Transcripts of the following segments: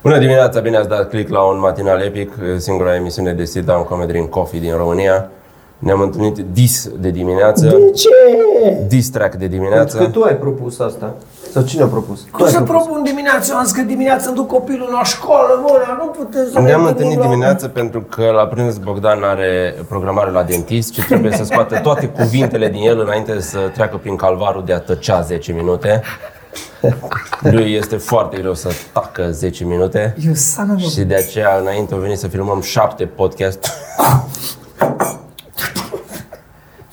Bună dimineața, bine ați dat click la un matinal epic, singura emisiune de sit-down comedy în coffee din România. Ne-am întâlnit dis de dimineață. De ce? Distrac de Pentru Deci că dimineață. tu ai propus asta. Sau cine a propus? Tu Cum ai să propus. propun dimineața? Eu Am zis că dimineața îmi duc copilul la școală, bă, dar nu putem să Ne-am mai întâlnit gândim la- dimineață pentru că la prânz Bogdan are programare la dentist și trebuie să scoată toate cuvintele din el înainte să treacă prin calvarul de a tăcea 10 minute. Lui este foarte greu să tacă 10 minute. Eu son of a- Și de aceea, înainte, au venit să filmăm șapte podcast.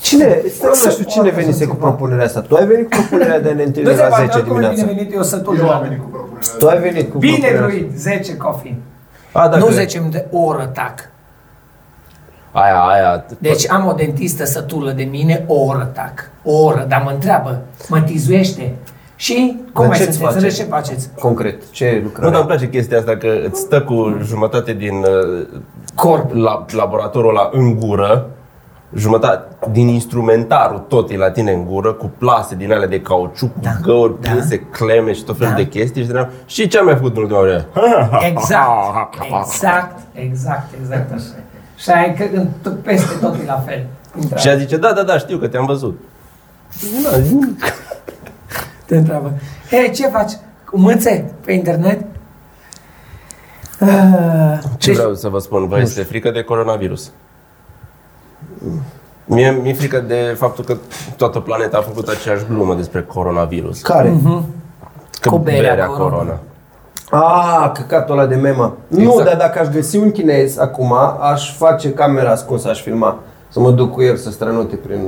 Cine? Stai, nu știu cine venise cu propunerea asta. Tu ai venit cu propunerea de a ne Nu întâlni se la poate, 10 oricum e bine dimineața. venit, eu sunt Eu am un venit cu propunerea. Tu ai venit cu Bine propunerea asta. druid, 10 cofii. A, dacă... Nu 10 minute, o oră tac. Aia, aia. Deci am o dentistă sătulă de mine, o oră tac. O oră, dar mă întreabă, mă tizuiește. Și cum Dar mai ce-ți sunteți? face? Ce faceți? Concret, ce Nu, da. lucrare? dar îmi place chestia asta că îți stă cu jumătate din uh, Corp. la, laboratorul la în gură, jumătate din instrumentarul tot e la tine în gură, cu plase din alea de cauciuc, da. cu găuri Da. prinse, cleme și tot felul Da. de chestii. Și, te-am- și ce am mai făcut în ultima vreme? Exact, exact, exact, exact așa. Și ai că în, peste tot e la fel. Întreabă. Și ea zice, da, da, da, știu că te-am văzut. Nu, zi- Te întreabă. Hei, ce faci? Cu Mâțe? Pe internet? Ah, Ce vreau să vă spun, vă este frică de coronavirus. Mie mi-e frică de faptul că toată planeta a făcut aceeași glumă despre coronavirus. Care? Că Cu berea corona. corona. Ah, căcatul ăla de memă. Nu, Exact. dar dacă aș găsi un chinez acum, aș face camera ascunsă, aș filma. Să mă duc cu el să strănute prin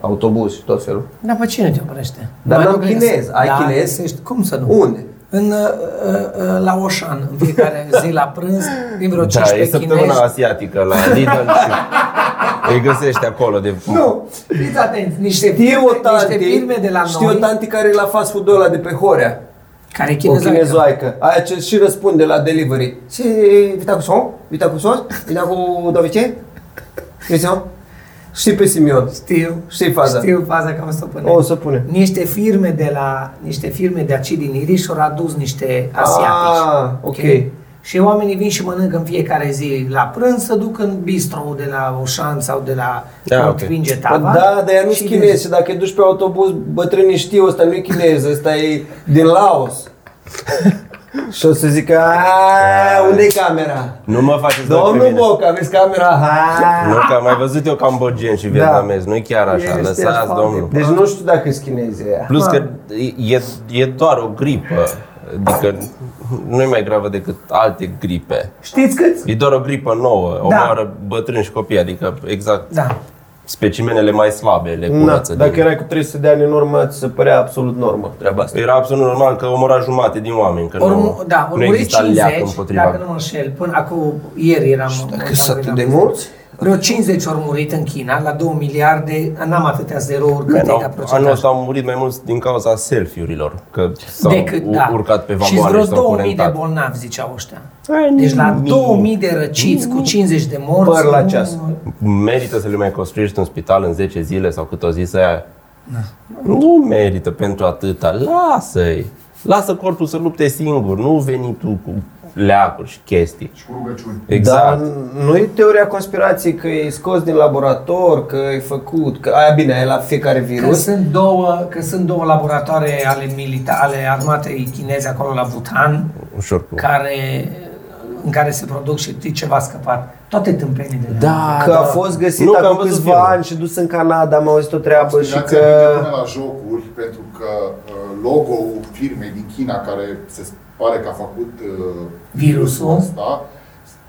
autobuz și tot felul. Dar pe cine te oprește? Dar Mai n-am nu cred că chinez. se- Ai Da, chinez? găsești. Cum să nu? Unde? În, uh, uh, la Oșan, în fiecare zi la prânz, din vreo Da, e 15 săptămâna chinezi. asiatică la Lidl și îi găsești acolo de... Nu. Fiți atenți, niște Știu o filme, tanti, niște filme de la știu o noi, tanti care e la fast food ăla de pe Horea. care O chinezoaică. chinezoaică. Aia ce și răspunde la delivery. Și vita cu son? Vita cu sos? Vita cu dovice? Vita Știi pe Simion. Știu. Știi faza. Știu faza că o să o punem. O să punem. Niște firme de la, niște firme de aici din Iriș au adus niște asiatici. Ah, ok. Și oamenii vin și mănâncă în fiecare zi la prânz, să duc în bistro de la Oșan sau de la Da, cum ok. vinge Bă, tava. Da, dar ea nu-s Și chinez și dacă duci pe autobuz, bătrânii știu, ăsta nu-i chinez, ăsta e din Laos. și o să zică, "A, unde e camera? Nu mă faceți loc pe Domnul mine. Boc, aveți camera? Nu, Ha! că am mai văzut eu cambogien și vietnamezi, nu-i chiar așa, Da. Este lăsați foarte domnul. Deci nu știu dacă sunt chinezi ăia. Plus că e, e doar o gripă, adică nu e mai gravă decât alte gripe. Știți câți? E doar o gripă nouă, o Da. moară bătrâni și copii, adică exact Da. specimenele mai slabe le Na, curăță. dacă din... erai cu 300 de ani în urmă, ți se părea absolut normă treaba asta. Era absolut normal că omora jumate din oameni, că Ori, nu, da, ori nu muri exista leac 50, dacă nu împotriva. mă înșel, până acum ieri eram... Dacă eram- sunt atât eram- de mulți, Vreo 50 ori murit în China, la 2 miliarde, n-am atâtea zerouri cât e ca Anul- Anul procentaj. ăsta au murit mai mulți din cauza selfie-urilor, că s-au u- urcat pe Și vagoane da. vreo și s-au 2000 de curentat. bolnavi, ziceau ăștia. Deci la 2000 de răciți cu 50 de morți... Păr la nu- ceas. Merită să le mai construiești un spital în 10 zile sau cât o zi să aia? Nu merită pentru atâta. Lasă-i. Lasă corpul să lupte singur. Nu veni tu cu leacuri și chestii. cu rugăciuni. Exact. dar nu e teoria conspirației că e scos din laborator, că e făcut, că aia bine, aia e la fiecare Că virus. sunt, două, că sunt două laboratoare ale, milita- ale armatei chineze acolo la Bhutan, Ușor cu... care, în care se produc și știi ce v-a scăpat. Toate tâmpenile. Da, Că a fost găsit Nu, că am acum văzut câțiva filmul. ani și dus în Canada, am auzit o treabă și Inspirația că... vine până la jocuri, pentru că uh, logo-ul firmei din China, care se pare că a făcut uh, Virusul. ăsta,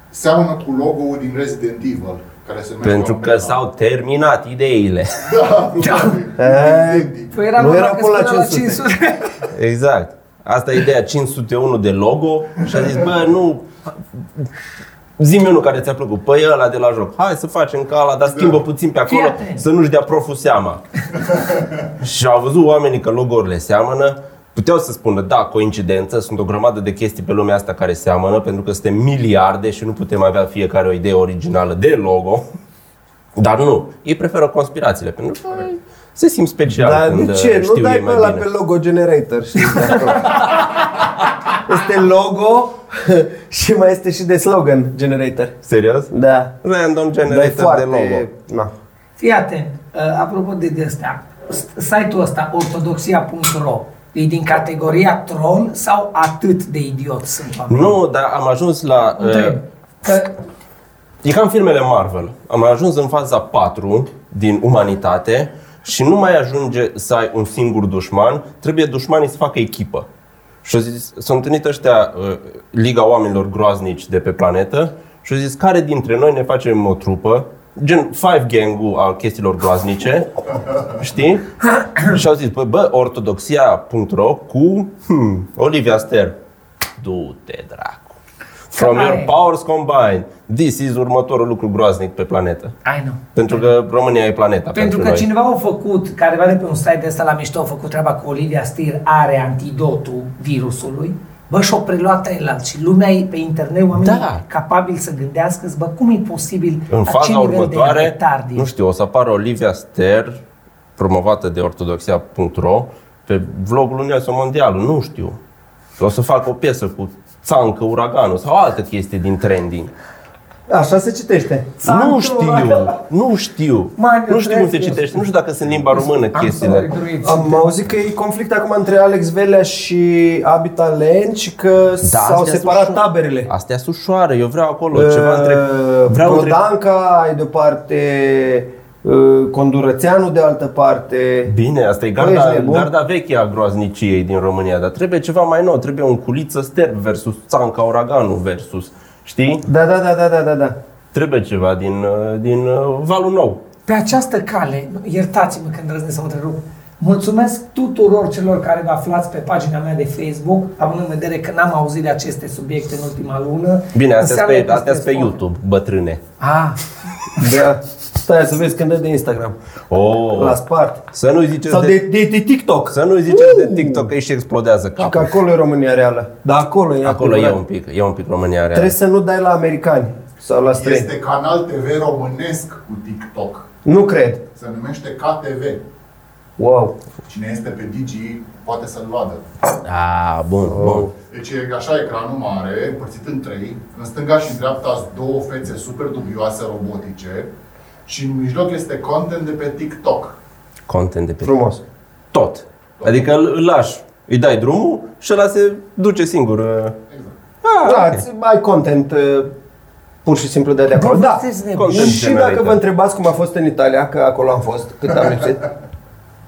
seamănă cu logo-ul din Resident Evil, care se numește Pentru că Omega. s-au terminat ideile. Da, probabil. Identic. Păi era Nu vorba erau că până la spunea la 500. 500. Exact. Asta e ideea 501 de logo și a zis, bă, nu... Zi-mi unul care ți-a plăcut. Păi ăla de la joc. Hai să facem ca ăla, dar schimbă puțin pe acolo Fii atent. să nu-și dea proful seama. și au văzut oamenii că logourile seamănă. Puteau să spună, da, coincidență, sunt o grămadă de chestii pe lumea asta care seamănă, pentru că suntem miliarde și nu putem avea fiecare o idee originală de logo. Dar nu, ei preferă conspirațiile, pentru că se simt special Păi. Dar când de ce? știu Nu ei dai pe mai ăla bine. pe logo generator și de acolo. este logo și mai este și de slogan generator. Serios? Da. Random Dar e generator foarte... de logo. Na. Fii atent, uh, apropo de destea, site-ul ăsta, ortodoxia.ro, e din categoria troll sau atât de idiot sunt oamenii? Nu, dar am ajuns la... Uh, Întreb. Că e ca în filmele Marvel. Am ajuns în faza 4 din umanitate și nu mai ajunge să ai un singur dușman, trebuie dușmanii să facă echipă. Și au zis, s-au întâlnit ăștia, uh, Liga Oamenilor Groaznici de pe planetă, și au zis, care dintre noi ne facem o trupă, gen Five Gang-ul al chestiilor groaznice, știi? și au zis, bă, bă ortodoxia.ro cu hmm, Olivia Ster. Du-te, dracu. From Care? your powers combined, this is următorul lucru groaznic pe planetă. I know. Pentru că România e planeta pentru, Pentru că noi. cineva a făcut, careva de pe un site de ăsta la mișto, a făcut treaba cu Olivia Stir, are antidotul virusului, bă, și-o preluat el și lumea e pe internet, oamenii Da. da. capabili să gândească, bă, cum e posibil În la ce faza nivel de următoare, retard e? nu știu, o să apară Olivia Ster, promovată de ortodoxia.ro, pe vlogul Nelson Mondial, nu știu. O să fac o piesă cu țancă, uraganul sau alte chestii din trending. Așa se citește. Țancă, nu știu, uraganul. nu știu. Mai nu știu cum se trebuie să- citește, nu știu dacă sunt limba română Am să mă chestiile. regruiți. Am auzit că e conflict acum între Alex Velea și Abita Len și că Da, s-au astea separat sunt ușoare. taberele. Astea sunt ușoare, eu vreau acolo ceva între... Uh, Vreau între... Brodanca ai de o parte, uh, Condurățeanu de altă parte. Bine, asta e Bă, ești garda, nebun? garda veche a groazniciei din România, dar trebuie ceva mai nou, trebuie un culiță sterb versus țanca uraganul versus, știi? Da, da, da, da, da, da, da. Trebuie ceva din, uh, din uh, valul nou. Pe această cale, iertați-mă că îndrăznesc să mă întrerup, mulțumesc tuturor celor care vă aflați pe pagina mea de Facebook, având în vedere că n-am auzit de aceste subiecte în ultima lună. Bine, astea Înseamnă sunt pe, că astea sunt pe sunteți foarte- YouTube, bătrâne. Ah, da. Stai să vezi când dă de Instagram. L-a Oh, spart. să nu-i ziceți Sau de, de, de, de TikTok. să nu-i ziceți de TikTok că ei și explodează Că capul. acolo e România reală. Dar acolo e Da, păi. Acolo e adevărat. un pic, e un pic România reală. Trebuie să nu dai la americani sau la străini. Este canal TV românesc cu TikTok. Nu cred. Se numește KTV. Wow. Cine este pe Digi poate să-l vadă. Ah, bun, Oh. bun. Deci e așa ecranul mare, împărțit în trei. În stânga și în dreapta sunt două fețe super dubioase robotice. Și în mijloc este content de pe TikTok. Content de pe Frumos. tot. Adică îl, îl lași, îi dai drumul și ăla se duce singur. uh, Exact. Ah, Da, ok. ți- ai content uh, pur și simplu de, de acolo. Bă, Da. sunteți nebuni. Content Și dacă generator. vă întrebați cum a fost în Italia, că acolo am fost, cât am lipsit.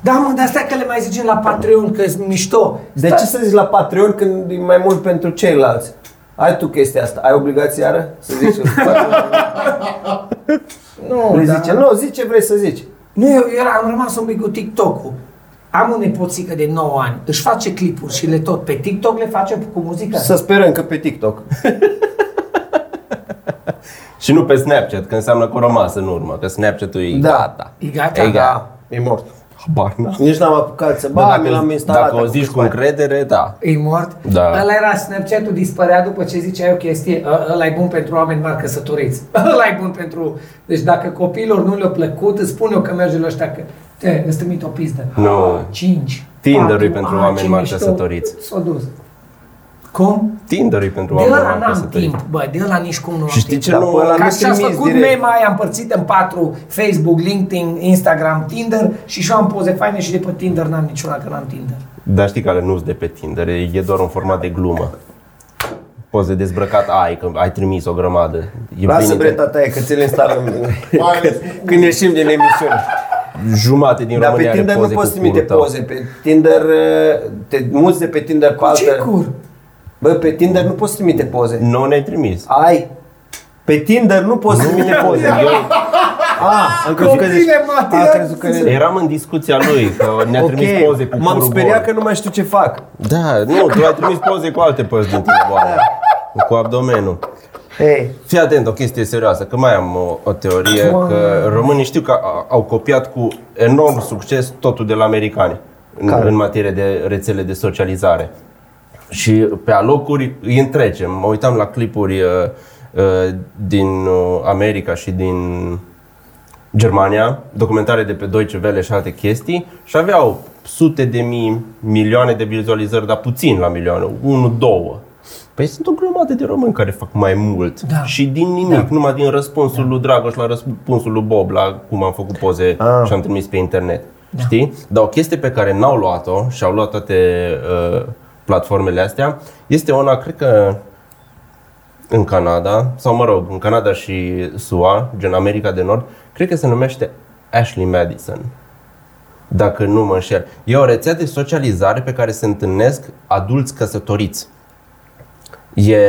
Da, mă, dar stai că le mai zicem la Patreon că sunt mișto. Deci, De ce să zici la Patreon când e mai mult pentru ceilalți? Ai tu chestia asta, ai obligația iară să zici? Nu, Le da. zice, nu, zici ce vrei să zici. Nu, eu, eu am rămas un pic cu TikTok-ul. Am o nepoțică de 9 ani, își face clipuri și le tot pe TikTok le face cu muzică. Să sperăm că pe TikTok. Și nu pe Snapchat, că înseamnă că au rămas în urmă, că Snapchat-ul e Da. gata. E gata, E gata. Da, e mort. Habar n-am. Nici n-am apucat să... Dar Ba, Da, mi l-am instalat. Dacă o acum zici câțiva cu încredere, da. E mort? Da. Ăla era Snapchat-ul, dispărea după ce ziceai o chestie, "Ă, ăla e bun pentru oameni mari căsătoriți. Ăla e bun pentru... Deci dacă copiilor nu le-a plăcut, îți spun eu că merge la ăștia că... Te, îți trimit o pizdă. Nu. 5. Tinder-ul e pentru oameni mari căsătoriți. S-a dus. Cum? Tinder e pentru De oameni ăla mari n-am căsătoriți. timp, bă, de ăla nici cum nu am Și știi timp. ce Dar nu... pe ăla Ca nu și ați trimiți făcut direct. mema, am împărțit în patru, Facebook, LinkedIn, Instagram, Tinder și și eu am poze faine și de pe Tinder n-am niciuna că n-am Tinder. Dar știi care nu-s de pe Tinder, e e doar un format de glumă. Poze dezbrăcat ai, că ai trimis o grămadă. E Lasă venit- breta ta că ți le instalăm Mai ales cu- când ieșim din emisiune. Jumate din Dar pe România are Tinder nu poze cu poți trimite curul tău. poze. Pe Tinder, uh, te muți de pe Tinder pe Ce altă. cur? Bă, pe Tinder nu poți trimite poze. Nu ne-ai trimis. Ai. Pe Tinder nu poți trimite poze. Eu A, am crezut că zici. Copile, Mati, Am crezut că eram în discuția lui, că ne-a trimis poze cu Ok, m-am curul speriat gol. că Da. nu mai știu ce fac. Da, nu, tu ai trimis poze cu alte părți din tiroboare, cu abdomenul. Ei, Fii atent, o chestie serioasă, că mai am o, o teorie, Wow. că românii știu că a- au copiat cu enorm succes totul de la americani în, Care? în materie de rețele de socializare. Și pe alocuri îi întrecem. Mă uitam la clipuri uh, uh, din uh, America și din Germania, documentare de pe Deutsche Welle și alte chestii și aveau sute de mii, milioane de vizualizări, dar puțin la milioane, 1, 2. Păi sunt o grămadă de români care fac mai mult Da. și din nimic, da. numai din răspunsul da. lui Dragoș la răspunsul lui Bob la cum am făcut poze ah. și am trimis pe internet. Da. Știi? Dar o chestie pe care n-au luat-o și au luat toate uh, platformele astea este una, cred că în Canada, sau mă rog, în Canada și SUA, gen America de Nord, cred că se numește Ashley Madison. Dacă nu mă înșel. E o rețea de socializare pe care se întâlnesc adulți căsătoriți. E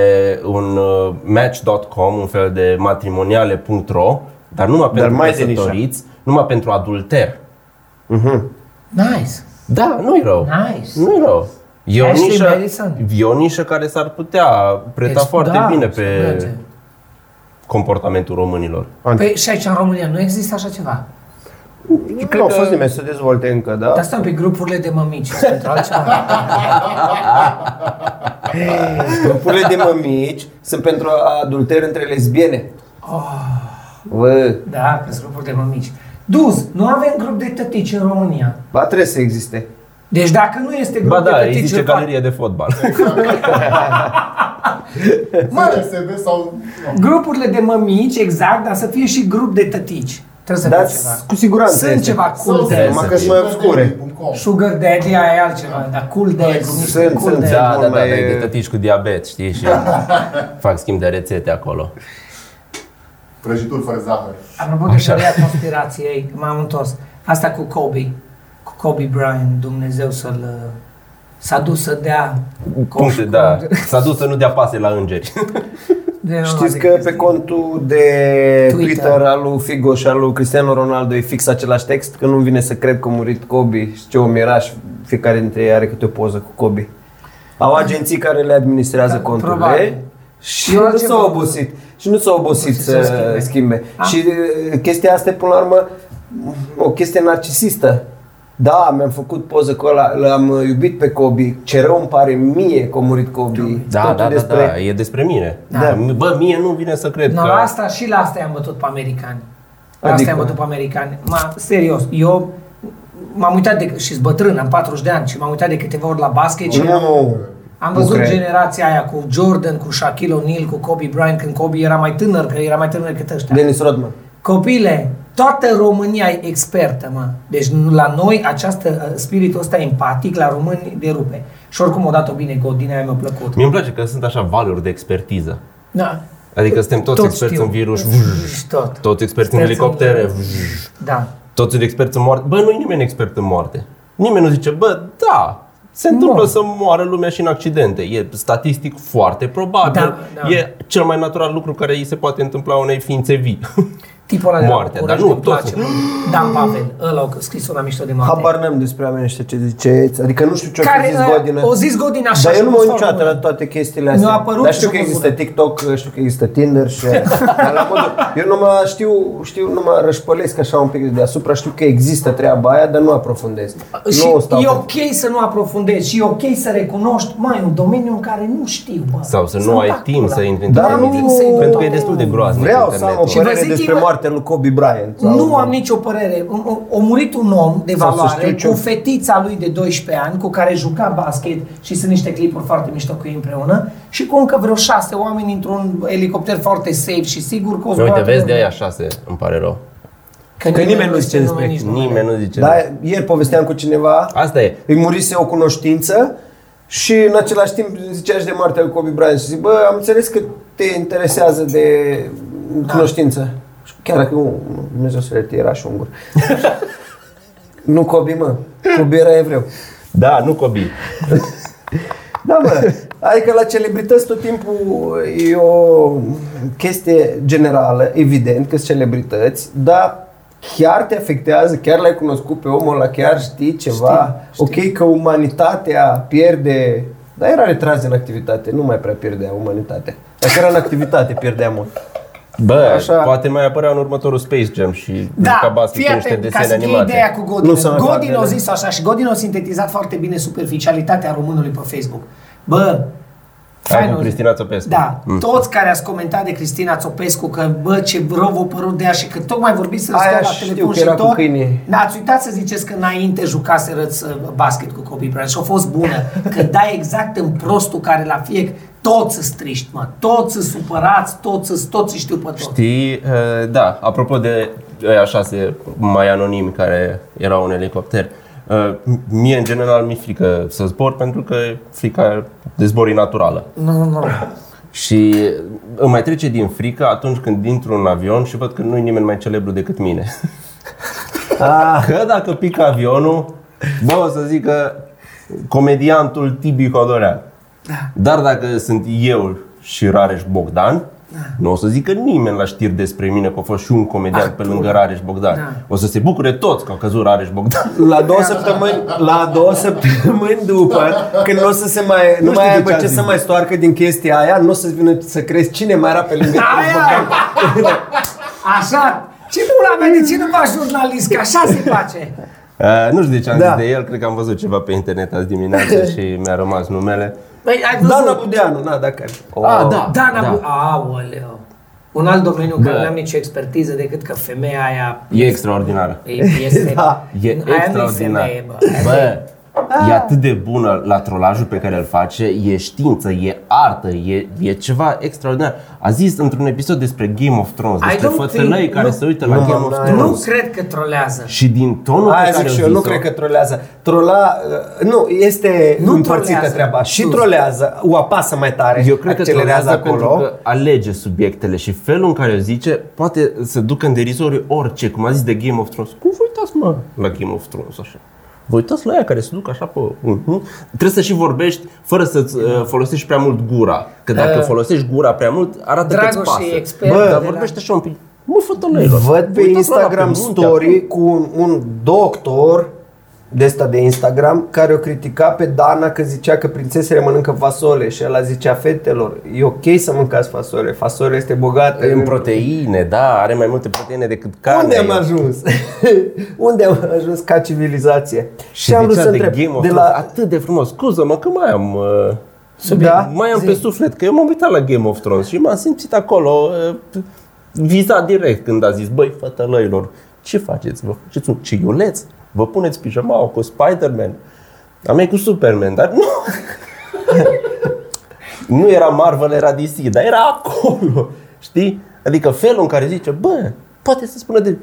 un uh, match.com, un fel de matrimoniale.ro, dar numai Dar pentru mai de nișa. căsătoriți, numai pentru adulteri. Nice, Da, nu-i rău. nice. Nu-i rău. E o, Ashley nișă, Madison. e o nișă care s-ar putea preta Deci, foarte da, bine se pe merge. comportamentul românilor. Păi și aici în România nu există așa ceva. Cred că au fost nimeni să se dezvolte încă, da? Dar asta pe grupurile de mămici sunt pentru altceva. Grupurile de mămici sunt pentru adulter între lesbiene. Ah. Bă, Da, că sunt grupuri de mămici. Duz, nu avem grup de tătici în România. ba trebuie să existe. Deci dacă nu este grup Ba de da, tătici, îi zice îl fac. galerie de fotbal. Mă, SB sau... nu. grupurile de mămici, exact, dar să fie și grup de tătici. Trebuie să Dar fie ceva. cu siguranță Sunt este. ceva cool Sau de- dads. Numai că sunt mai obscure. SB.com. Sugar daddy, aia e altceva, dar cool dads, Sunt, niște cool sunt, dads. Da, da, da, mult da, mai- e de tătici cu diabet, știi, și fac schimb de rețete acolo. Prăjituri fără zahăr. Apropo de teoria conspirației, m-am întors. Asta cu Kobe, cu Kobe Bryant, Dumnezeu să-l... uh, S-a dus să dea... Puncte, da. S-a dus să nu dea pase la îngeri. De- Știți că pe contul de Twitter, Twitter al lui Figo și al lui Cristiano Ronaldo e fix același text, că nu-mi vine să cred că a murit Kobe și ce om era și fiecare dintre ei are câte o poză cu Kobe. Au agenții care le administrează Da, conturile probabil. și Eu nu altceva- s-au obosit. Și nu s-au obosit Obosit să să schimbe. schimbe. schimbe. Ah. Și e, chestia asta e până la urmă o chestie narcisistă. Da, mi-am făcut poză cu ăla, l-am uh, iubit pe Kobe, ce rău îmi pare mie că a murit Kobe. Da, Totul da, da, despre da, e despre mine. Da. Bă, mie nu vine să cred No, că... la asta și la asta i-am bătut pe americani. Adică? La asta i-am bătut pe americani. Ma, serios, eu m-am uitat de, și bătrân, am 40 de ani și m-am uitat de câteva ori la basket și am, Nu. Deci, am nu văzut cred. generația aia cu Jordan, cu Shaquille O'Neal, cu Kobe Bryant când Kobe era mai tânăr, că era mai tânăr decât ăștia. Dennis Rodman. Copile, toată România e expertă, mă. Deci nu- la noi această uh, spiritul ăsta empatic la români de rupe. Și oricum o dat-o bine, Godina aia mi-a plăcut. mi îmi place că sunt așa valuri de expertiză. Da. Adică suntem toți, experți știu. în virus, Știu Tot. toți experți în Experți în- elicoptere, Da. toți sunt experți în moarte. Bă, nu e nimeni expert în moarte. Nimeni nu zice, bă, da, se întâmplă Mor. să moară lumea și în accidente. E statistic foarte probabil. Da, da. E cel mai natural lucru care îi se poate întâmpla unei ființe vii. Tipul ăla de Moartea, la dar nu, București îmi place. toți. Dan Pavel, ăla a scris una mișto de moarte. Habar n-am despre oameni ăștia ce ziceți, adică nu știu ce Care, o zis uh, Godină. o zis Godină așa Dar și eu nu nu mă uit s-au niciodată rămâne. la toate chestiile astea. Mi-a apărut Dar și știu că m-a există sunat. TikTok, știu că există Tinder și... dar la modul, eu nu mă știu, știu, nu mă rășpălesc așa un pic de deasupra, știu că există treaba aia, dar nu aprofundez. Și nu o stau e pe- ok să nu aprofundezi și e ok să recunoști, mai un domeniu în care nu știu, bă. Sau să Sunt nu ai acolo. timp să intri Dar într-un nu- video. Pentru că e destul de groaznic Vreau să am o internetul. Și vă părere zic despre eu- moartea lui Kobe Bryant. sau- Nu am nicio părere. O- o- O murit un om de Sau să valoare știu ce- cu fetița lui de 12 ani cu care juca basket și sunt niște clipuri foarte mișto cu ei împreună și cu încă vreo șase oameni într-un elicopter foarte safe și sigur că o Uite, zboară vezi de lumea. aia șase, îmi pare rău. Că, nimeni nu zice despre nici numele. Nimeni nu zice. Da, ieri povesteam cu cineva, Da. Asta e. îi murise o cunoștință și în același timp zicea și de moartea lui Kobe Bryant și zic, bă, am înțeles că te interesează de cunoștință. Și Chiar dacă nu, nu, Dumnezeu să le ierte, era și ungur. nu Kobe, mă. Kobe era evreu. Da, nu copii. Da, mă. Adică la celebrități tot timpul e o chestie generală, evident că sunt celebrități, dar chiar te afectează, chiar l-ai cunoscut pe omul ăla, chiar știi ceva. Știu, ok că umanitatea pierde, dar era retras din activitate, nu mai prea pierdea umanitatea. Dacă era în activitate, pierdea mult. Bă, Așa. poate mai apărea în următorul Space Jam și Luca Da, Baschi fii cu niște atent, ca desene să fie ideea animate. cu Godin. Nu se mai fac Godin a ele. zis așa și Godin a sintetizat foarte bine superficialitatea românului pe Facebook. Bă, Ai fainul- cu Cristina Țopescu. Da, mm. toți care ați comentat de Cristina Țopescu că bă ce rău vă părut de ea și că tocmai vorbiți să Aia stă la știu telefon că și era cu tot, câinii. n-ați uitat să ziceți că înainte uh, jucase răți basket cu Kobe Bryant și a fost bună, că dai exact în prostul care la fie toți sunt triști, mă, toți sunt supărați, toți sunt, toți știu pe toți. Știi, uh, da, apropo de ăia șase mai anonimi care erau în elicopter, uh, mie în general mi-e frică să zbor pentru că frica de zbor e naturală. Nu, nu, nu. Și îmi mai trece din frică atunci când intru în avion și văd că nu e nimeni mai celebru decât mine. Ah. Că dacă pică avionul, bă, o să zică comediantul Tibi Hodorean. Da. Dar dacă sunt eu și Rareș Bogdan, Da. nu o să zică nimeni la știri despre mine că a fost și un comedian pe lângă Rareș Bogdan. Da. O să se bucure toți că a căzut Rareș Bogdan. La două săptămâni, la două săptămâni după, când nu o să se mai, nu, știu de mai aibă ce a ce zis. să mai stoarcă din chestia aia, nu o să vină să crezi cine mai era pe lângă Aia! Da, Așa, ce pula mea de cine va jurnalist, că așa se face. Uh, nu știu de ce am Da. zis de el, cred că am văzut ceva pe internet azi dimineață și mi-a rămas numele. Băi, ai Dana văzut? Da, Budeanu, na, dacă ar- Oh, Da, da. Aoleu. Un alt domeniu în care Da. nu am nicio expertiză decât că femeia aia E extraordinară. e- este... Da, E aia nu-i extraordinar. femeie, bă. Bă, e atât de bună la trolajul pe care îl face, e știință, e artă, e, e ceva extraordinar. A zis într-un episod despre Game of Thrones, I despre don't fătălăi think- care nu- se uită la Game of Thrones. Nu cred că trolează. Și din tonul pe Aia care zic și îl eu, nu zis-o- cred că trolează. Trola, uh, nu, este Nu nu împărțită trolează. treaba. Și trolează, o apasă mai tare, Eu cred că accelerează trolează pentru acolo. că alege subiectele și felul în care o zice poate să ducă în derizoriu orice, cum a zis de Game of Thrones. Cum vă uitați, mă, la Game of Thrones așa? Vă uitați la ea care se duc așa pe... Mhm. Trebuie să și vorbești fără să-ți uh, folosești prea mult gura. Că dacă Uh, folosești gura prea mult, arată că-ți Dragoș pasă. e expert de Dar la- vorbește așa un pic. Mă, fătălăilor, Văd vă uitați pe la ăla Instagram munte story cu un, un doctor de ăsta de Instagram care o critica pe Dana că zicea că prințesele mănâncă fasole și el zicea fetelor, e ok să mâncați fasole, fasole este bogată acolo. În proteine, da, are mai multe proteine decât carne. Unde am ajuns? Unde am ajuns ca civilizație? Și, și am vrut să întreb, de, Game of de Thrones, la atât de frumos, scuză-mă că mai am... Uh, Subiect. mai am pe suflet, că eu m-am uitat la Game of Thrones și m-am simțit acolo uh, vizat direct când a zis, băi, fătălăilor, ce faceți? Vă faceți un ciuleț? Vă puneți pijama cu Spider-Man? Am mea e cu Superman, dar nu... nu era Marvel, era DC, dar era acolo, știi? Adică felul în care zice, bă, poate să spună de...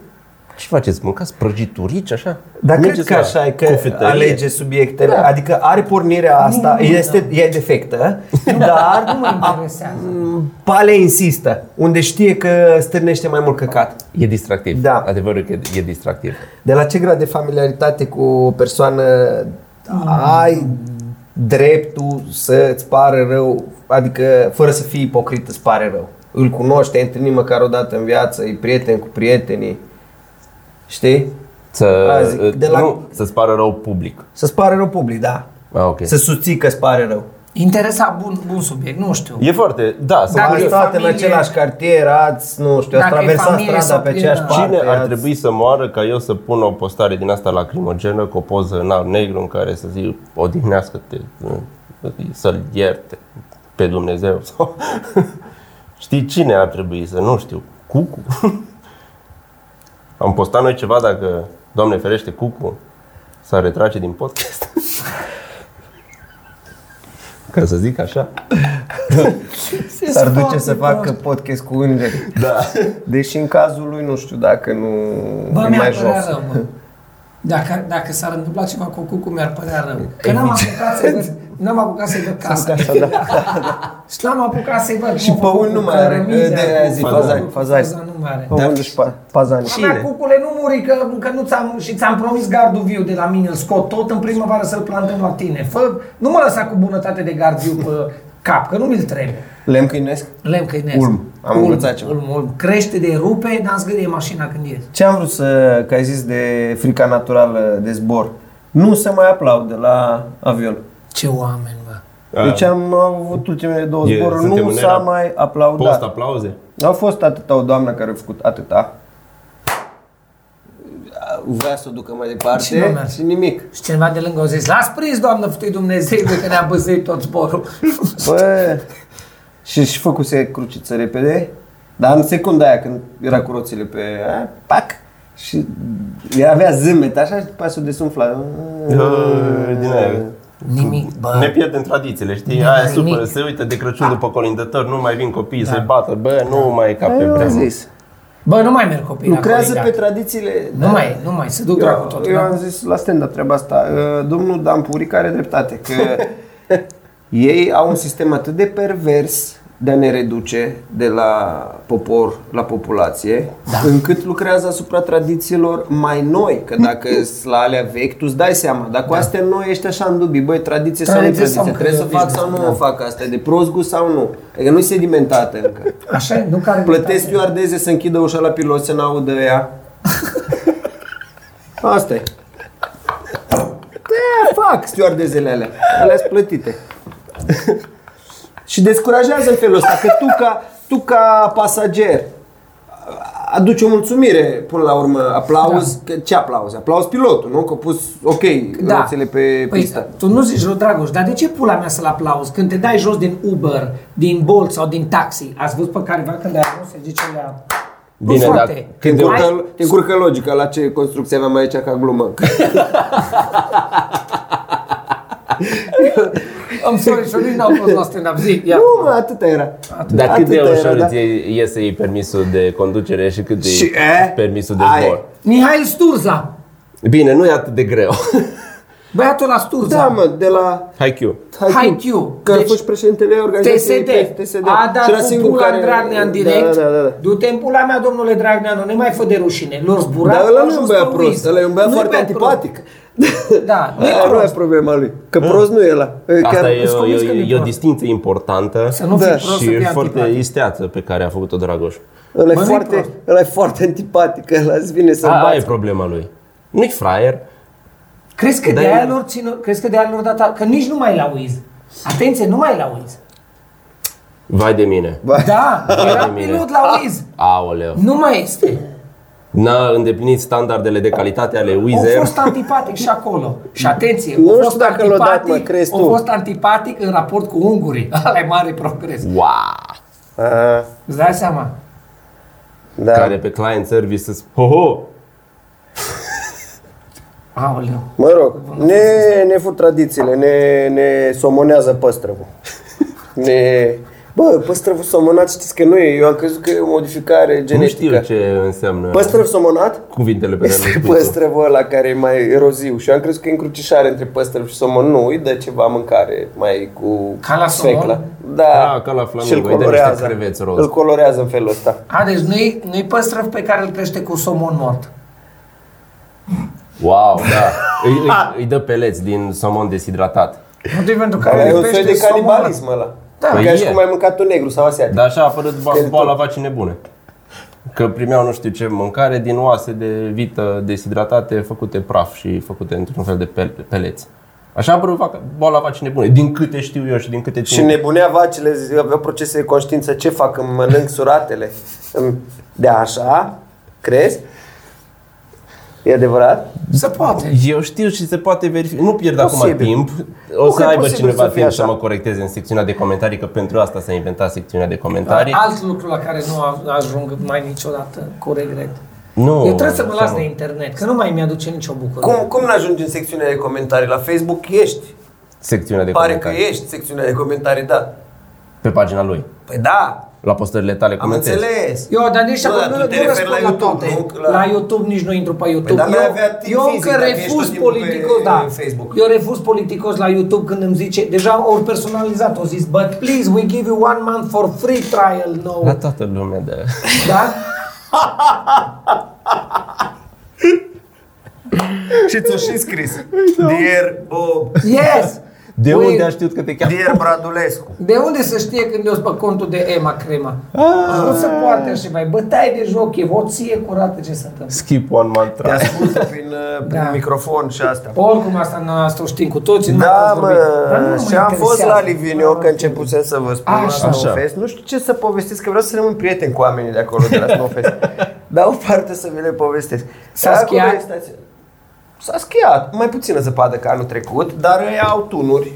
Ce faceți? Mâncați prăjiturici așa? Dar cred Mergeți că la așa e că cofetărie?" alege subiectele, da. adică are pornirea asta, este, e defectă, dar Nu mă interesează. Mm. Pale insistă, unde știe că stârnește mai mult căcat. E distractiv. Da. Adevărul că e distractiv. De la ce grad de familiaritate cu o persoană ai dreptul să-ți pare rău, adică fără să fii ipocrit îți pare rău. Îl cunoști, te-ai întâlnit măcar o dată în viață, e prieten cu prietenii, știi? Să, uh, A, zic, de la- nu, să-ți pară rău public. Să-ți pare rău public, da. Ah, ok. Să susții că-ți pare rău. Interesa bun, bun subiect, nu știu. E foarte, da, să Dacă mă Ați e gândesc. stat în familie- același cartier, ați, nu știu, ați Dacă e traversat familie strada sau pe aceeași prieteni. parte. Cine ar ați- trebui să moară ca eu să pun o postare din asta lacrimogenă cu o poză în alb negru în care să zic odihnească-te, să-l ierte pe Dumnezeu? Sau... Știi cine ar trebui să, nu știu, Cucu? Am postat noi ceva dacă, Doamne ferește, Cucu s-ar retrage din podcast? ca să zic așa. S-ar duce să facă podcast cu îngeri. Da. Deși în cazul lui nu știu dacă nu Bă, e mi-ar mai părea jos. rău, mă. Dacă, dacă s-ar întâmpla ceva cu cucu, mi-ar părea rău. Că n-am apucat să-i văd, n-am apucat să-i văd casa. da. Și n-am apucat să-i văd. Și pe unul nu mai are, de aia zic, fazani, fazani. nu mai are. Da. Unde-și pa- pazani? Cine? Cucule, nu muri, că, că nu ți-am, și ți-am promis gardul viu de la mine, îl scot tot în primăvară să-l plantăm la tine. Fă, nu mă lăsa cu bunătate de gard viu pe cap, că nu mi-l trebuie. Lemn câinesc? Lem că Ulm. Am învățat ceva. Ulm, ulm. Crește de rupe, dar îmi zgârie mașina când ies. Ce am vrut să, că ai zis de frica naturală de zbor, nu se mai aplaudă la avion. Ce oameni, bă. Deci am avut ultimele două E, zboruri, suntem nu în s-a era mai Da. aplaudat. aplauze? Au fost atâta o doamnă care a făcut atâta. Vrea să o ducă mai departe Și n-a mers. și nimic. Și cineva de lângă a zis, las prins, doamnă, fătui Dumnezeu, că ne-am băzăit tot zborul. Bă, și și făcuse cruciță repede, dar în secunda aia când era cu roțile pe aia, pac, și avea zâmbet așa și după aia s-o desumfla. din aia. Nimic, bă. Ne pierdem tradițiile, știi? Da, Aia nimic. Da. supără, se uită de Crăciun după colindător, nu mai vin copiii să-i bată, bă, nu mai e ca pe Eu am vremuri. zis. Bă, nu mai merg copiii Lucrează pe la colindat. tradițiile. da. Nu mai, nu mai, se duc dracu tot. eu da. am zis la stand-up treaba asta. Uh, Domnul Dan Puric are dreptate că ei au un sistem atât de pervers de a ne reduce de la popor la populație, da. încât lucrează asupra tradițiilor mai noi. Că dacă sunt la alea vechi, tu îți dai seama. Dar cu astea noi ești așa în dubii. Băi, tradiție, Da. Tradiție sau sau da. nu tradiție? Trebuie să că fac sau nu o fac asta? E De prost gust sau nu? Adică nu-i sedimentată încă. Așa e, nu care Plătesc stewardeze să închidă ușa la pilot să n-audă ea. Asta e. Da, fac stewardezele alea. Alea sunt plătite. Și descurajează în felul ăsta că tu ca, tu ca pasager aduci o mulțumire până la urmă, aplauz, da. că, ce aplauz? Aplauz pilotul, nu? Că a pus, ok, da. roțile pe păi, pistă. Tu nu zici, rău, Dragoș, dar de ce pula mea să-l aplauzi? Când te dai jos din Uber, din Bolt sau din taxi, ați văzut pe careva când ai ajuns să zice la... Bine, nu, dar frate, Te când ai- încurcă, te încurcă logica la ce construcție aveam aici ca glumă. Am sorry, și eu nici n-au fost la stand-up, zi, ia. Nu, mă, atâta era. Dar cât de Atâta ușor era, da. îți iese ei permisul de conducere și cât de Și, e? permisul de Ai. zbor? Mihail Sturza, Bine, nu e atât de greu. băiatul la Sturza. Da, mă, de la Hai, Q. Haikyuu. Că deci, a Deci, fost președintele organizației TSD. TSD. A Și era dat cu singurul pula în Dragnea în direct. Da, da, da. da. Du-te în pula mea, domnule Dragnea, nu ne mai fă de rușine. Lor zbura. Dar ăla nu e au un ajuns băiat pe prost, Wiz. ăla e un băiat Nu-i foarte băiat prost. antipatic. Da, nu e Aia nu e prost. problema lui. Că prost nu e ăla. E Asta chiar- e, îți o- convins e, că nu-i e o prost. distinție importantă Să nu fii Da, prost, să și fii foarte antipatic. isteață pe care a făcut-o Dragoș. Ăla e Bă, nu-i foarte, prost. ăla e foarte antipatic, ăla îți vine să-l Aia e bați. problema lui. Nu-i fraier, Crezi că de Dar aia e- lor țin, crezi că de aia lor data, că nici nu mai e la Wiz. Atenție, nu mai e la Wiz. vai de mine. Da, era de mine. pilot la Wiz. Aoleu. Nu mai este. N-a îndeplinit standardele de calitate ale A Wizer. fost antipatic și acolo. Și atenție, Nu a știu fost dacă l-a dat, mă, antipatic, crezi a tu. fost antipatic în raport cu ungurii. Ăla e mare progres. Wow! Aha, Îți dai seama? Da. Care pe client services, ho, ho! Aoleu. Mă rog, ne, ne fur tradițiile, ne, ne somonează păstrăvul. Ne... Bă, păstrăvul somonat știți că nu e, eu am crezut că e o modificare Nu genetică. știu ce înseamnă Păstrăv somonat? cuvintele pe care le Este spui tu. păstrăvul ăla care e mai roziu și eu am crezut că e încrucișare între păstrăv și somon. Nu, îi dă ceva mâncare mai cu Ca la somon? sfeclă. Da, Da, ca la flamingo, și îl îi dă niște colorează. creveți roz. Îl colorează în felul ăsta. A, deci nu-i, nu-i păstrăv pe care îl crește cu somon mort. Wow, da. Îi, îi, îi dă peleți din somon deshidratat. Motiv pentru care Care e îl un fel crește de somon mort. canibalism ăla. Da, Da. ca Păi și e. Da. cum ai mâncat un negru sau asiatic. Dar așa a apărut ba- Schieletul. boala vacii nebune. Că primeau nu știu ce mâncare din oase de vită deshidratate făcute praf și făcute într-un fel de pe- peleți. Așa a apărut vaca- boala vacii nebune, din câte știu eu și din câte Și țin. nebunea vacile, zi- aveau procese de conștiință, ce fac, îmi mănânc suratele. Îmi- De așa, crezi? E adevărat? Se poate. Eu știu și se poate verifica. Nu pierd acum Posibil. timp. O Nu, că să e aibă posibil cineva să fie timp așa. să mă corecteze în secțiunea de comentarii, că pentru asta s-a inventat secțiunea de comentarii. Alt lucru la care nu a- ajung mai niciodată cu regret. Nu. Eu trebuie să mă las nu. de internet, că nu mai mi-aduce nicio bucurie. Oh, Cum, cum ne ajungi în secțiunea de comentarii? La Facebook ești. Secțiunea de Pare că comentarii. ești secțiunea de comentarii, da. Pe pagina lui. Păi da, La postările tale am comentezi. înțeles. Eu, dar nici Bă, acolo tu nu, te nu referi răspund la, la YouTube, toate. nu? La... La- YouTube nici nu intru pe YouTube. Păi, dar n-ai avea timp eu, eu fizic încă dacă ești refuz tot timpul pe politicos, da. Facebook. Eu refuz politicos la YouTube când îmi zice, deja ori personalizat, o zis, but please, we give you one month for free trial now. La toată lumea de... Da? Și ți-o și scris. Păi da. Dear Bob, Yes! De We- unde a știut că te cheamă? dear Bradulescu. De unde să știe când eu sunt pe contul de Ema Crema? Ah. Nu se poate așa mai. Bătaie de joc, e o ție curată ce se întâmplă. Skip one man Te track. ascultă prin, uh, prin Da. microfon și asta. Oricum asta noastră o știm cu toții, nu Da, mai pot mă, vorbi. Dar nu mă și am fost la interesează. Livinio, că începusem să vă spun Așa. la Așa. Snowfest. Nu știu ce să povestesc, că vreau să rămân prieten cu oamenii de acolo, de la Snowfest. Dar o parte să vi le povestesc. S-a Dar acum schiat? e stația- S-a schiat. Mai puțină zăpadă ca anul trecut, dar ei au tunuri.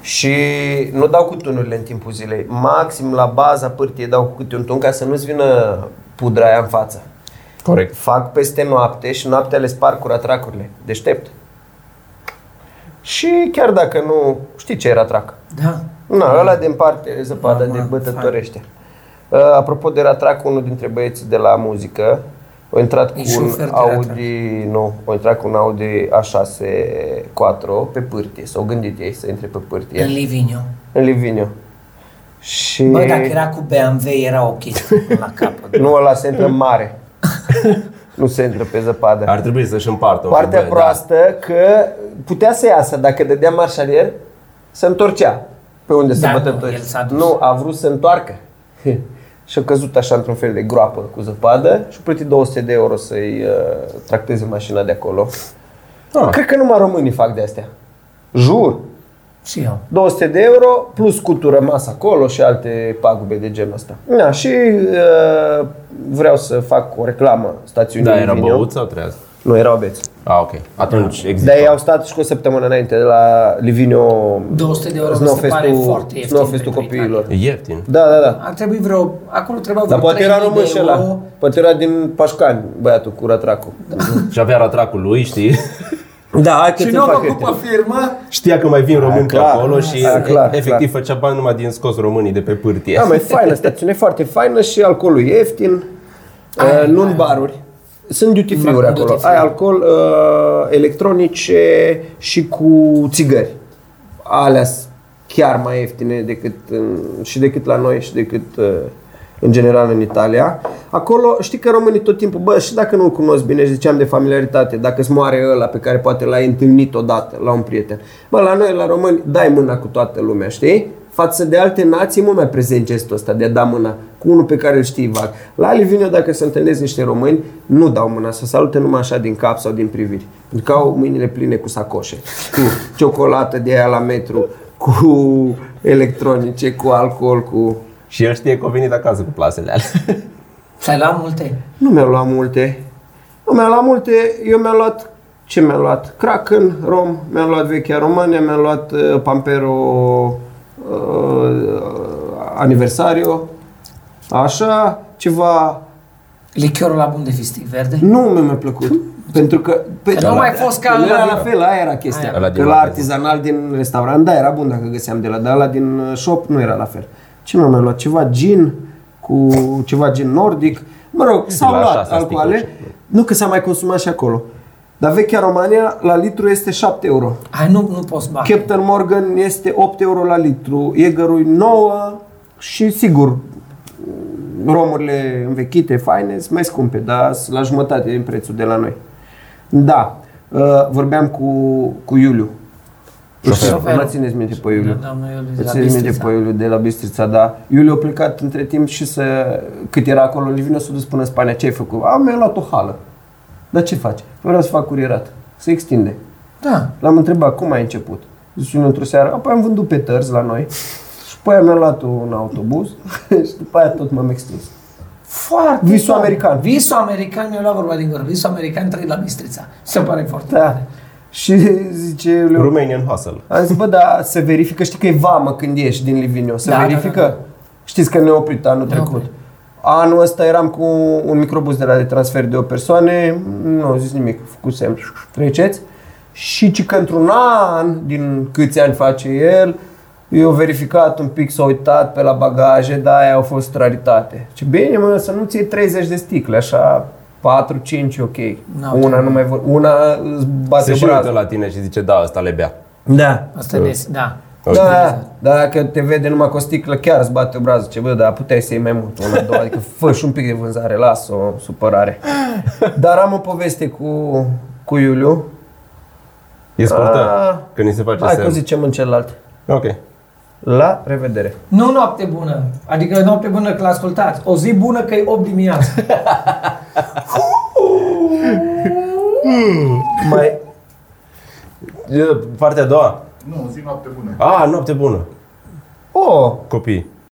Și nu dau cu tunurile în timpul zilei. Maxim la baza pârtiei dau cu câte un tun ca să nu-ți vină pudra aia în față. Corect. Fac peste noapte și noaptea le spar cu ratracurile. Deștept. Și chiar dacă nu, știi ce era trac? Da. Na, ăla din parte, zăpada Da, de mă, bătătorește. Uh, apropo de Ratrac, unul dintre băieții de la muzică, a intrat cu E șofer de un Ratrac. Audi, nu, a intrat cu un Audi A6 4 pe pârtie. S-au gândit ei să intre pe pârtie. În Livigno. În Liviniu. Și Bă, dacă era cu BMW, era o chestie până la capăt. nu ăla se intră în mare. nu se intră pe zăpadă. Ar trebui să-și împartă. un Partea pic, da. bă, proastă că putea să iasă, dacă dădea marșalier, se întorcea pe unde se Da, nu, el bătători. s-a dus. Nu, a vrut să întoarcă. și a căzut așa într-un fel de groapă cu zăpadă și a plătit 200 de euro să-i uh, tracteze mașina de acolo. Da. Ah, Cred că numai românii fac de astea. Jur. Și eu. 200 de euro plus cutul rămas acolo și alte pagube de genul ăsta. Da, și uh, vreau să fac o reclamă stațiunii da, era Livigno. băut sau treaz? Nu, erau beți. Ah, ok. Atunci există. Dar ei au stat și cu o săptămână înainte de la Livigno 200 de euro mi se Snowfest-ul- pare foarte ieftin Snowfest-ul pentru copiilor. E ieftin. Da, da, da. Ar trebui vreo... Acolo trebuia vreo Dar poate era 3000 de român și euro. ăla. Poate era din Pașcani, băiatul cu ratracul. Și avea ratracul lui, știi? Da, hai că Da. Și ți-l nu fac mă eu. ocupă firmă. Știa că mai vin români pe clar. acolo și Da, clar, efectiv făcea bani numai din scos românii de pe pârtie. Da, mai faină stațiune, foarte faină și alcoolul e ieftin. Uh, nu în baruri. Sunt duty free-uri Duty acolo. free. Ai alcool uh, electronice și cu țigări. Alea sunt chiar mai ieftine decât în, și decât la noi și decât uh, în general în Italia. Acolo știi că românii tot timpul, bă, și dacă nu-l cunosc bine, și ziceam de familiaritate, dacă îți moare ăla pe care poate l-ai întâlnit odată la un prieten. Bă, la noi, la români, dai mâna cu toată lumea, știi? față de alte nații e mult mai prezent gestul ăsta de a da mâna cu unul pe care îl știi vag. La Liviniu, dacă se întâlnesc niște români, nu dau mâna, să salută numai așa din cap sau din priviri. Pentru că au mâinile pline cu sacoșe, cu ciocolată de aia la metru, cu electronice, cu alcool, cu... Și el știe că a venit acasă cu plasele alea. Ți-ai luat multe? Nu mi-am luat multe. Nu mi-am luat multe, eu mi-am luat ce mi-am luat? Kraken, rom, mi-am luat vechea România, mi-am luat uh, Pampero uh, aniversario, așa, ceva... Lichiorul la bun de fistic verde? Nu mi-a mai plăcut. Pentru că... Pe, Că nu mai fost ca nu ăla era din- la fel, aia era chestia. Aia. Ăla Aia. din Că la magazin. artizanal din restaurant, da, era bun dacă găseam de la, dar la din uh, shop nu era la fel. Ce mi-am mai luat? Ceva gin cu ceva gin nordic. Mă rog, s-au la luat șase alcoale. sticlă, Nu că s-a mai consumat și acolo. Dar vechea România la litru este 7 euro. Hai, nu, nu poți bani. Captain Morgan este 8 euro la litru, Jägerul 9 și sigur romurile învechite, faine, sunt mai scumpe, dar sunt la jumătate din prețul de la noi. Da, uh, vorbeam cu, cu Iuliu. Nu știu, Șoferul. mă țineți minte pe Iuliu. Da, doamna Iuliu, de Îți la țineți minte Bistrița. pe Iuliu de la Bistrița, da. Iuliu a plecat între timp și să, cât era acolo, Livină s-a dus până în Spania. Ce ai făcut? Am mi-a luat o hală. Dar ce faci? Vreau să fac curierat. Se extinde. Da. L-am întrebat cum ai început. Zice unul într-o seară, apoi am vândut pe tărzi la noi și după aia mi-am luat un autobuz și după aia tot m-am extins. Foarte Visul tare. american. Visul american, mi-a luat vorba din gură. Visul american trăit la Bistrița. Se pare foarte Da. tare. Și zice, Leu, Romanian hustle. am zis, bă, da, se verifică, știi că e vamă când ieși din Liviniu, se Da, da, verifică? da, da. Știți că ne-a oprit anul Ne-a trecut. oprit. Anul ăsta eram cu un microbus de la de transfer de o persoane, nu au zis nimic, făcusem, treceți. Și ci că într-un an, din câți ani face el, eu verificat un pic, s-a uitat pe la bagaje, da, aia au fost raritate. Ce bine, mă, să nu ți iei 30 de sticle, așa, 4-5 e ok. N-au una nu mai vor, una îți bate Se și brațul. uită la tine și zice, da, asta le bea. Da. Asta e des, da. Da, da, dacă te vede numai cu o sticlă, chiar îți bate obrazul ce, bă, dar puteai să iei mai mult, una, două, adică fă și un pic de vânzare, las-o, supărare. Dar am o poveste cu, cu Iuliu, E scurtă, Ah. că ni se face hai că o semn. zicem în celălalt. Ok. La revedere! Nu noapte bună, adică noapte bună că l-ascultați. O zi bună că e 8 dimineața. Mai, E, Partea a doua. Nu, zi noapte bună. A, noapte Ah, bună. oh, Copii.